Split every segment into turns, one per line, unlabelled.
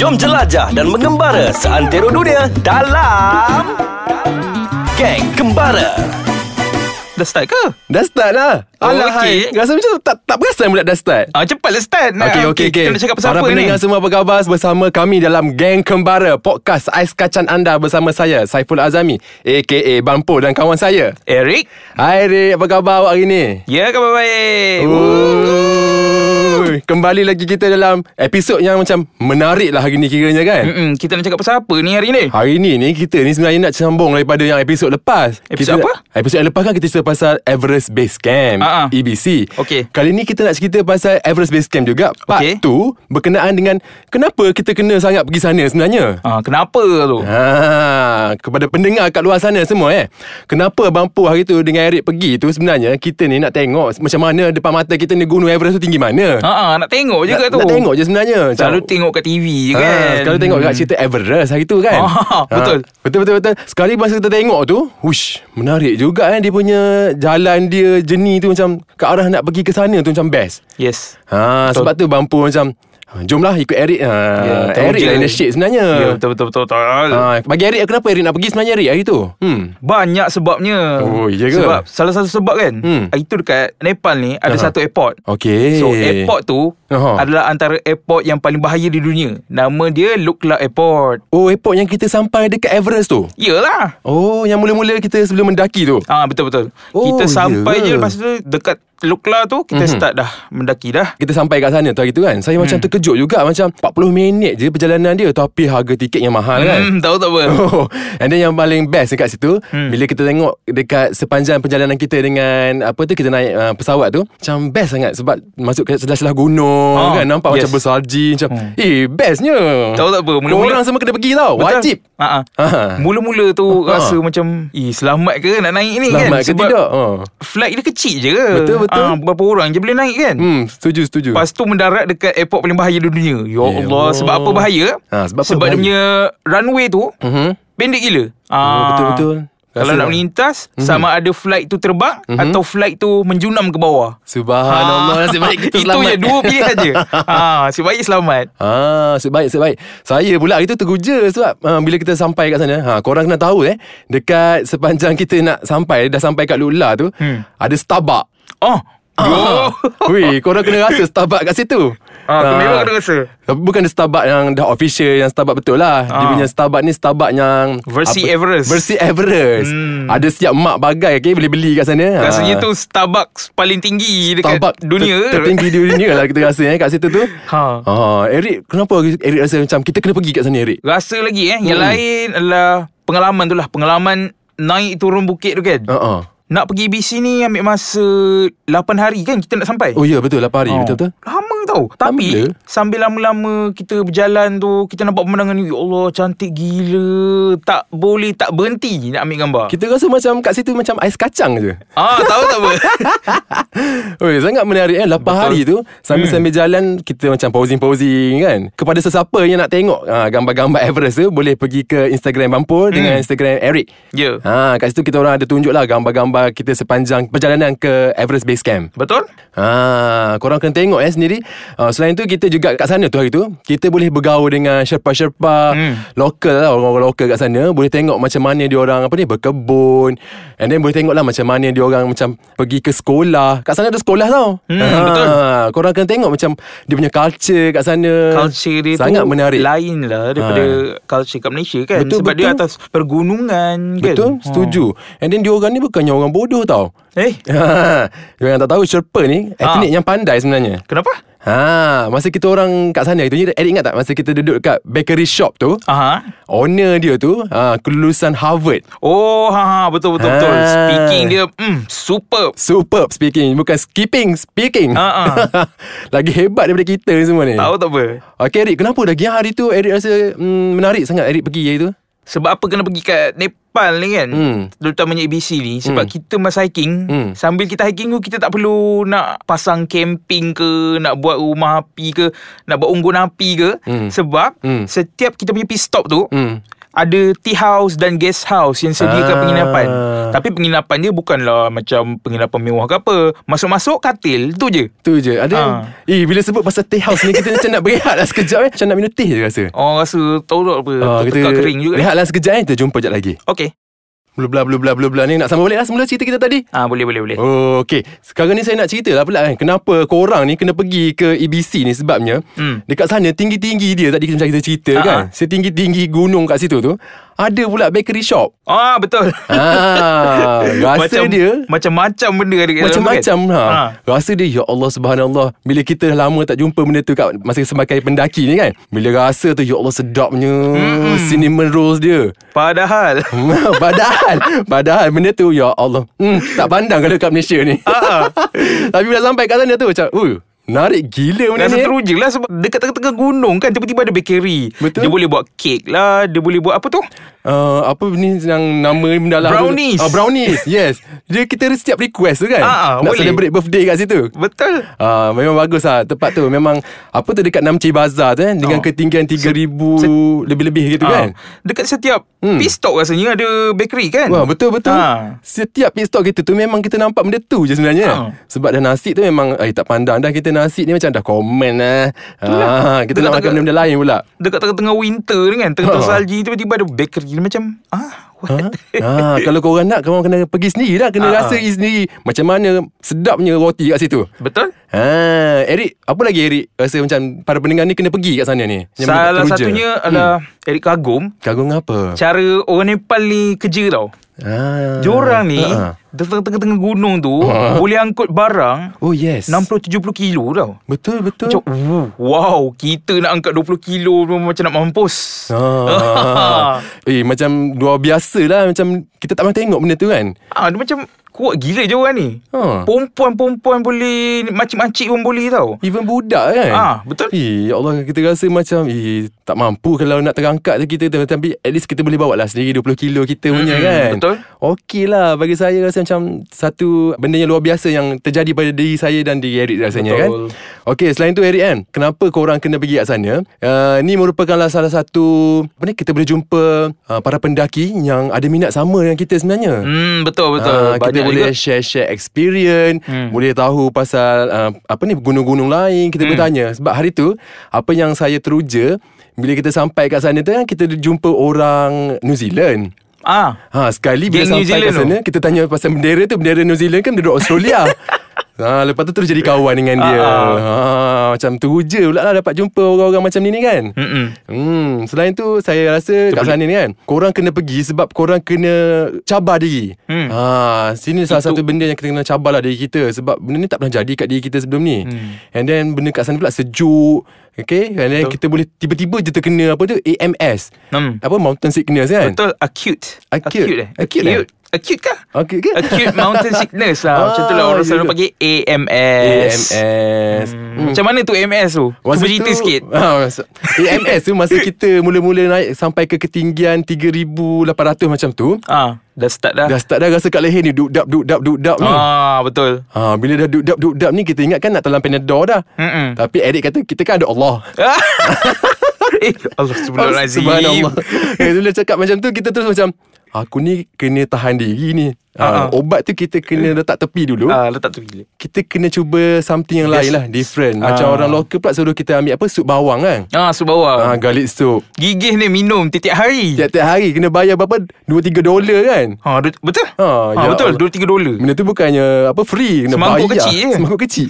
Jom jelajah dan mengembara seantero dunia dalam Geng Kembara.
Dah start ke?
Dah start lah
Oh,
Alah
okey.
hai Rasa macam tak tak perasan pula dah start
Ah, cepatlah start. Nah,
Okey okey okey.
Kita nak cakap pasal
Para
apa ni?
pendengar semua apa khabar? Bersama kami dalam Geng Kembara Podcast Ais Kacang Anda bersama saya Saiful Azami aka Bang Po dan kawan saya.
Eric.
Hai Rik, apa khabar awak hari ni?
Ya, khabar baik.
Oh. Ui, Kembali lagi kita dalam episod yang macam menarik lah hari ni kiranya kan?
Mm-mm, kita nak cakap pasal apa ni hari ni?
Hari ni ni kita ni sebenarnya nak sambung daripada yang episod lepas.
Episod
kita,
apa?
Episod yang lepas kan kita cerita pasal Everest Base Camp,
Ah, ah.
EBC.
Okey.
Kali ni kita nak cerita pasal Everest Base Camp juga. Part
Okey.
tu berkenaan dengan kenapa kita kena sangat pergi sana sebenarnya.
Ah, kenapa tu?
Ya. Ha, kepada pendengar kat luar sana semua eh. Kenapa Bang Puh hari tu dengan Eric pergi tu sebenarnya kita ni nak tengok macam mana depan mata kita ni gunung Everest tu tinggi mana.
Ha ah, nak tengok je ke
nak,
tu?
nak tengok je sebenarnya. Macam-
Selalu tengok kat TV je
Ah,
kan.
Selalu tengok kat cerita Everest hari tu kan
Ah,
Ah,
betul.
Betul betul betul Sekali masa kita tengok tu Wush Menarik juga kan Dia punya jalan dia Jenis tu macam Ke arah nak pergi ke sana tu macam best
Yes.
ha,
Betul.
Sebab tu Bampu macam "Ah, Jomlah ikut Eric ha,
Ya, tahu
Eric
je.
lah in the shit
Ya,
sebenarnya
betul betul betul. betul.
ha, Bagi Eric kenapa Eric nak pergi sebenarnya Eric hari tu Hmm
Banyak sebabnya.
Oh, iya ke?
Sebab salah satu sebab kan,
Hmm.
hari tu dekat Nepal ni ada
Aha.
satu airport.
Okay
So airport tu
Aha.
adalah antara airport yang paling bahaya di dunia. Nama dia Lukla Airport.
Oh airport yang kita sampai dekat Everest tu
Yalah.
Oh yang mula-mula kita sebelum mendaki tu
Ah betul betul.
Oh,
kita sampai je
ya ke? Mhm.
lepas tu dekat Lukla tu kita mm-hmm. start dah mendaki dah.
kita sampai kat sana tu hari tu kan saya hmm. macam terkejut juga macam 40 minit je perjalanan dia tapi harga tiket yang mahal kan
Hmm, tahu tak apa.
Oh, and then yang paling best dekat situ hmm. bila kita tengok dekat sepanjang perjalanan kita dengan apa tu kita naik uh, pesawat tu macam best sangat sebab masuk ke celah-celah gunung
Ah,
oh, kan nampak
yes. Hmm.
yes. macam bersalji macam eh bestnya
Tahu tak apa, mula-mula-
orang semua kena pergi tau
Betul?
wajib
Ha
Ah.
Mula-mula tu
Ah.
rasa macam eh selamat ke nak naik ni
selamat
kan.
ke tidak oh.
Flight dia kecil je ke.
Betul, betul.
Ah, berapa orang je boleh naik kan.
hmm setuju setuju
Lepas tu mendarat dekat airport paling bahaya di dunia. Ya Allah,
Ya Allah.
sebab apa bahaya?
Ah, sebab apa
sebab dia
bahaya?
punya runway tu
Mhm. Oh,
pendek gila. Ah,
betul, betul.
Kalau nak
Rasa tak? Mhm.
melintas sama ada flight tu terbang atau flight tu menjunam ke bawah.
subhanallah nasib baik kita
Ah. Itu
selamat
je dua pilihan je ha, Nasib baik selamat
Ah, sebaik sebaik. Saya pula hari tu terguja sebab uh, bila kita sampai kat sana, ha korang kena tahu eh, dekat sepanjang kita nak sampai dah sampai kat Lula tu,
Hmm.
hmm. ada Starbucks.
Oh
Ah. Wih, korang kena rasa Starbucks kat situ.
Ah, memang kena rasa.
Tapi bukan Starbucks yang dah official yang Starbucks betul lah. Dia
Ah.
punya Starbucks ni Starbucks yang
Versi Everest.
Versi Everest.
Hmm.
Hmm. Ada setiap mak bagai okay, boleh beli kat sana.
Rasanya
Ah.
tu Starbucks paling tinggi dekat
Starbucks
dunia
ter- Tertinggi di dunia lah kita rasa eh, kat situ tu
Ha.
ha. Eric kenapa Eric rasa macam Kita kena pergi kat sana Eric
Rasa lagi eh Yang
Hmm.
lain adalah pengalaman tu lah Pengalaman naik turun bukit tu kan
uh-uh.
Nak pergi BC ni ambil masa 8 hari kan kita nak sampai
Oh ya yeah, betul 8 hari
Oh.
oh. betul-betul
Lama tau Tapi
Lama.
Sambil lama-lama Kita berjalan tu Kita nampak pemandangan ni Ya Allah cantik gila Tak boleh tak berhenti Nak ambil gambar
Kita rasa macam kat situ macam ais kacang je
Ah, tahu tak apa
Oi, sangat menarik kan 8 Betul. hari tu Sambil-sambil hmm. jalan Kita macam posing-posing kan Kepada sesiapa yang nak tengok ha, Gambar-gambar Everest tu Boleh pergi ke Instagram Bampur hmm. Dengan Instagram Eric
Ya.
ha, Kat situ kita orang ada tunjuk lah Gambar-gambar kita sepanjang Perjalanan ke Everest Base Camp
Betul?
Ha, korang kena tengok eh sendiri. Uh, selain tu kita juga kat sana tu hari tu, kita boleh bergaul dengan sherpa-sherpa
Hmm.
hmm. lokal lah orang-orang lokal kat sana. Boleh tengok macam mana dia orang apa ni berkebun. And then boleh tengok lah macam mana dia orang macam pergi ke sekolah. Kat sana ada sekolah tau. Ha,
Hmm, betul.
Korang kena tengok macam dia punya culture kat sana.
Culture dia
Eh, sangat
tu
menarik. Ha.
Lain lah daripada culture kat Malaysia kan
Betul,
Sebab dia
betul.
atas pergunungan kan
Betul,
Ha.
setuju. And then dia orang ni bukannya orang bodoh tau. Ha,
Eh,
dia orang tak tahu sherpa ni
Ah.
etnik yang pandai sebenarnya.
kenapa?
Ha, masa kita orang kat sana itu, Eric ingat tak masa kita duduk kat bakery shop tu,
Aha.
owner dia tu ha, kelulusan Harvard.
Oh, ha, ha, betul betul betul.
Ah. Eh.
Speaking dia mm, superb.
Superb speaking, bukan skipping speaking.
Ha,
Lagi hebat daripada kita ni semua ni.
Tahu tak apa?
Okay Eric, kenapa lagi hari tu Eric rasa mm, menarik sangat Eric pergi hari tu?
Sebab apa kena pergi kat Nepal ni kan
Hmm.
Terutamanya ABC ni Sebab kita masa hiking
Hmm.
Sambil kita hiking tu Kita tak perlu nak pasang camping ke Nak buat rumah api ke Nak buat unggun api ke Sebab
Hmm.
Setiap kita punya pit stop tu
Hmm.
ada tea house dan guest house yang sediakan
Ah.
ah. penginapan. Tapi penginapan dia bukanlah macam penginapan mewah ke apa. Masuk-masuk katil tu je.
Tu je Ada
Ha.
Eh bila sebut pasal teh house ni Kita macam nak berehat lah sekejap eh. Macam nak minum teh je rasa
Orang rasa tahu tak apa.
Ah,
Uh, Tertekak kering juga.
Rehat lah sekejap eh Kita jumpa sekejap lagi
Okey.
Blubla blubla blubla ni Nak sambung balik lah Semula cerita kita tadi
Ah boleh boleh boleh.
Oh, okay. Sekarang ni saya nak cerita lah pula kan. Kenapa korang ni kena pergi ke EBC ni sebabnya
Hmm. Ha,
dekat sana tinggi-tinggi dia tadi macam kita cerita
Ha-ha.
kan. Setinggi-tinggi gunung kat situ tu ada pula bakery shop.
Ah betul.
ah, rasa
macam,
dia
macam-macam benda ada kat dalam tu kan?
macam-macam ha.
Ha.
Rasa dia Ya Allah subhanallah Bila kita lama tak jumpa benda tu kat Masa sebagai pendaki ni kan Bila rasa tu Ya Allah sedapnya
Hmm,
mm. Cinnamon rolls dia
Padahal
Hmm, padahal Padahal benda tu Ya Allah hmm, Tak pandang kalau kat Malaysia ni
Ha,
Tapi bila sampai kat sana tu Macam Uh Menarik gila benda
Rasa
ni
teruja lah Sebab dekat tengah-tengah gunung kan Tiba-tiba ada bakery
Betul.
Dia boleh buat kek lah Dia boleh buat apa tu
uh, Apa ni yang Nama benda lah
Brownies.
uh, Brownies Yes Dia kita setiap request tu kan
Ah, ah,
Nak
boleh.
celebrate birthday kat situ
Betul
Ah, memang bagus lah Tempat tu memang Apa tu dekat 6C Bazaar tu eh Dengan
Ah.
ketinggian 3,000 Lebih-lebih gitu
Ah,
kan
Dekat setiap
Hmm.
hmm. Pit stop rasanya Ada bakery kan
Wah betul betul. Ha.
Ah.
Setiap pit stop kita tu memang kita nampak benda tu je sebenarnya. Ha.
Ah.
Sebab dah nasi tu memang eh tak pandang dah kita nasi ni macam dah komen lah. Ha,
Dekat
kita nak makan
tengah-
benda-benda lain pula.
Dekat tengah-tengah winter ni kan Tengah-tengah
Ah.
salji Tiba-tiba ada bakery Dia Macam Ah what
Ha? ha, kalau korang nak korang kena pergi sendiri lah
Ah,
Kena rasa sendiri Macam mana sedapnya roti kat situ
Betul
ha, Eric, apa lagi Eric Rasa macam para pendengar ni kena pergi kat sana ni Yang
Salah
dekat Teruja. Hmm.
satunya adalah Eric Kagum
Kagum apa?
Cara orang Nepal ni kerja tau
ha.
Diorang ni
Ha.
Dekat tengah-tengah gunung tu Boleh angkut barang
Oh yes
60-70 kilo tau
Betul betul
Macam "Ooh, Wow Kita nak angkat 20 kilo pun Macam nak mampus
Ha. Ah. eh macam luar biasa lah Macam kita tak pernah tengok benda tu kan
ah, Dia macam Kuat gila je orang ni
Ha.
Perempuan-perempuan boleh Makcik-makcik pun boleh tau
Even budak kan
Ah, betul.
eh, Ya Allah kita rasa macam eh, Tak mampu kalau nak terangkat tu kita tu. Tapi at least kita boleh bawa lah sendiri 20 kilo kita punya
Mm-mm,
kan
Hmm, betul.
Okey lah bagi saya rasa macam Satu benda yang luar biasa yang terjadi pada diri saya dan diri Eric rasanya
Betul.
kan Okey selain tu Eric kan Kenapa korang kena pergi kat sana uh, Ni merupakanlah salah satu Apa ni kita boleh jumpa uh, Para pendaki yang ada minat sama dengan kita sebenarnya
Hmm betul betul.
Ah, kita
Banyak
boleh
juga.
share-share experience, hmm.
Hmm.
boleh tahu pasal uh, apa ni gunung-gunung lain, kita hmm. bertanya sebab hari tu apa yang saya teruja bila kita sampai kat sana tu kan kita jumpa orang New Zealand.
ah
Ha sekali bila
Geng
sampai
New
kat
Zealand tu?
sana kita tanya pasal bendera tu bendera New Zealand kan bendera Australia. ha lepas tu terus jadi kawan dengan dia.
Ah,
Ha macam teruja pula lah dapat jumpa orang-orang macam ni ni kan.
Mm-mm.
Hmm, selain tu saya rasa kat sana ni kan, korang kena pergi sebab korang kena cabar diri. Hmm.
Hmm.
Ha, sini salah satu benda yang kita kena cabarlah diri kita sebab benda ni tak pernah jadi kat diri kita sebelum ni. Hmm. And then benda kat sana pula sejuk. Okay And then kita boleh tiba-tiba je terkena apa tu AMS.
Hmm.
Apa mountain sickness kan?
Betul acute.
Acute.
Acute eh?
Acute
Acute.
eh?
Acute, acute kah?
Okey ke?
Acute mountain sickness lah. Macam tu lah
Ah,
orang
ya
selalu
ke?
panggil AMS.
AMS.
Hmm. Macam mana tu AMS tu? Cuba
Masa
cerita
tu-
sikit.
Ah, masa- AMS tu masa kita mula-mula naik sampai ke ketinggian 3800 macam tu.
Ah, dah start dah.
Dah start dah rasa kat leher ni Duk dap duk dap duk dap ni
Ah, betul.
Ha, bila dah duk dap duk dap ni Kita ingat kan nak telan penedor dah
Mm-mm.
Tapi Eric kata Kita kan ada Allah
eh, Allah subhanahu
Subhanallah eh, Bila cakap macam tu Kita terus macam Aku ni kena tahan diri ni ha,
Ah, ah.
Obat tu kita kena letak tepi dulu
Ah, letak tu gila.
Kita kena cuba Something yang lain lah Different Macam
Ah.
orang lokal pula Suruh kita ambil apa Sup bawang kan
Ah, sup bawah.
ha, Garlic soup
Gigih ni minum tiap-tiap hari.
Tiap-tiap hari Kena bayar berapa 2-3 dolar kan
Ha, du- betul?
Ah,
Ah,
ya
betul, 2
Allah.
3 dolar.
Benda tu bukannya apa free kena
Semangkuk
bayar.
kecil je.
Semangkuk kecil.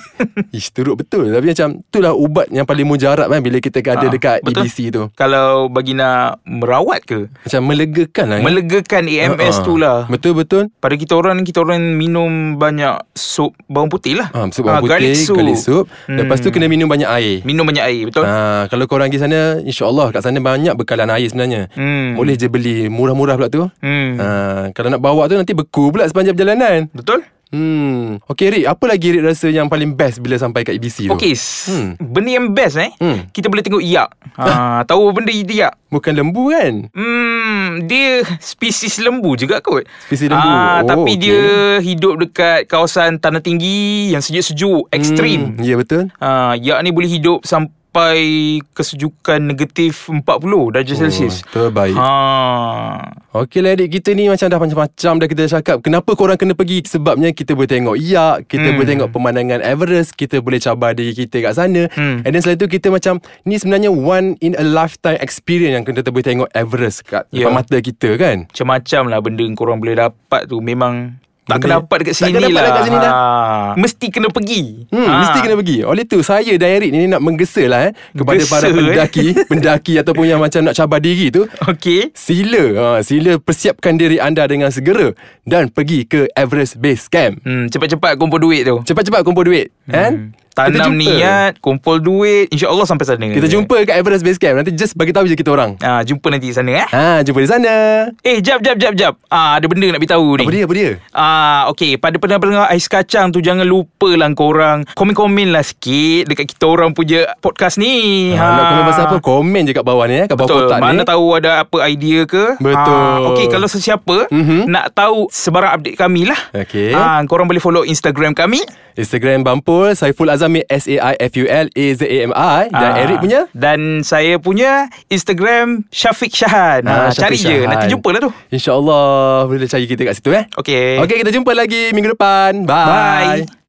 Ish teruk betul. Tapi macam itulah ubat yang paling mujarab kan bila kita ada
Ah,
dekat
betul.
EDC tu.
Kalau bagi nak merawat ke?
Macam melegakan lah.
Melegakan AMS
Ah,
tu lah
Betul betul.
Pada kita orang ni, Kita orang minum banyak Sup bawang putih lah
Ha, sup bawang
Ah,
putih, garlic soup.
Hmm.
Lepas tu kena minum banyak air.
Minum banyak air Betul
Ha, kalau korang pergi sana InsyaAllah kat sana banyak bekalan air sebenarnya
Hmm.
Boleh je beli Murah-murah pula tu
Hmm.
ha, Kalau nak bawa tu nanti beku pula Sepanjang perjalanan
Betul
hmm. Okay Rik Apa lagi Rik rasa yang paling best Bila sampai kat EBC tu
Okay s-
Hmm.
Benda yang best eh
Hmm.
Kita boleh tengok iak ha, Tahu benda iak
Bukan lembu kan
Hmm, dia spesies lembu juga kot.
Spesies lembu.
Ah,
Oh,
tapi
okey.
dia hidup dekat kawasan tanah tinggi yang sejuk-sejuk, ekstrim.
hmm. Ya betul
Ha, yak ni boleh hidup sampai mencapai kesejukan negatif 40 darjah oh, Celsius.
terbaik.
Ha.
Okey lah adik kita ni macam dah macam-macam dah kita cakap Kenapa korang kena pergi Sebabnya kita boleh tengok Iyak Kita hmm. boleh tengok pemandangan Everest Kita boleh cabar diri kita kat sana hmm. And then selain tu kita macam Ni sebenarnya one in a lifetime experience Yang kita boleh tengok Everest kat
Ya.
yeah. depan mata kita kan
Macam-macam lah benda yang korang boleh dapat tu Memang tak kena
Benda-
dapat dekat
tak
sini
kena dapat
lah.
dekat sini dah.
Ha. Mesti kena pergi.
Hmm, ha. Mesti kena pergi Oleh tu saya dan Eric ni nak menggesa lah eh, Kepada
Gesa,
para
eh.
pendaki Pendaki ataupun yang macam nak cabar diri tu
Okey.
Sila ha, Sila persiapkan diri anda dengan segera Dan pergi ke Everest Base Camp
Hmm, cepat-cepat kumpul duit tu.
Cepat-cepat kumpul duit kan? Kita
Tanam
jumpa.
niat, kumpul duit, insya-Allah sampai sana.
Kita jumpa kat Everest Base Camp Nanti just bagi tahu je kita orang
Ah, jumpa nanti sana eh.
Ha, jumpa di sana
Eh, jap jap jap jap. Ah, ada benda nak beritahu ni.
Apa dia, apa dia?
Ah, okey, pada pendengar-pendengar Ais Kacang tu jangan lupa lah korang komen-komen lah sikit dekat kita orang punya podcast ni.
Ha. Nak komen pasal apa? Komen je kat bawah ni eh, Kat bawah
Betul,
kotak ni
mana tahu ada apa idea ke
Betul.
Ah, Okey, kalau sesiapa
Mhm.
Nak tahu sebarang update kami lah
Okey.
ah, Korang boleh follow Instagram kami
Instagram Bampul Saiful Azami E S-A-I-F-U-L-A-Z-A-M-I Dan
Ah,
Eric punya
Dan saya punya Instagram Syafiq Syahan ah, Cari
Syafiq
je,
Syahan.
nanti jumpa lah tu
InsyaAllah Boleh cari kita kat situ eh
Okey
Okay, kita jumpa lagi minggu depan Bye
Bye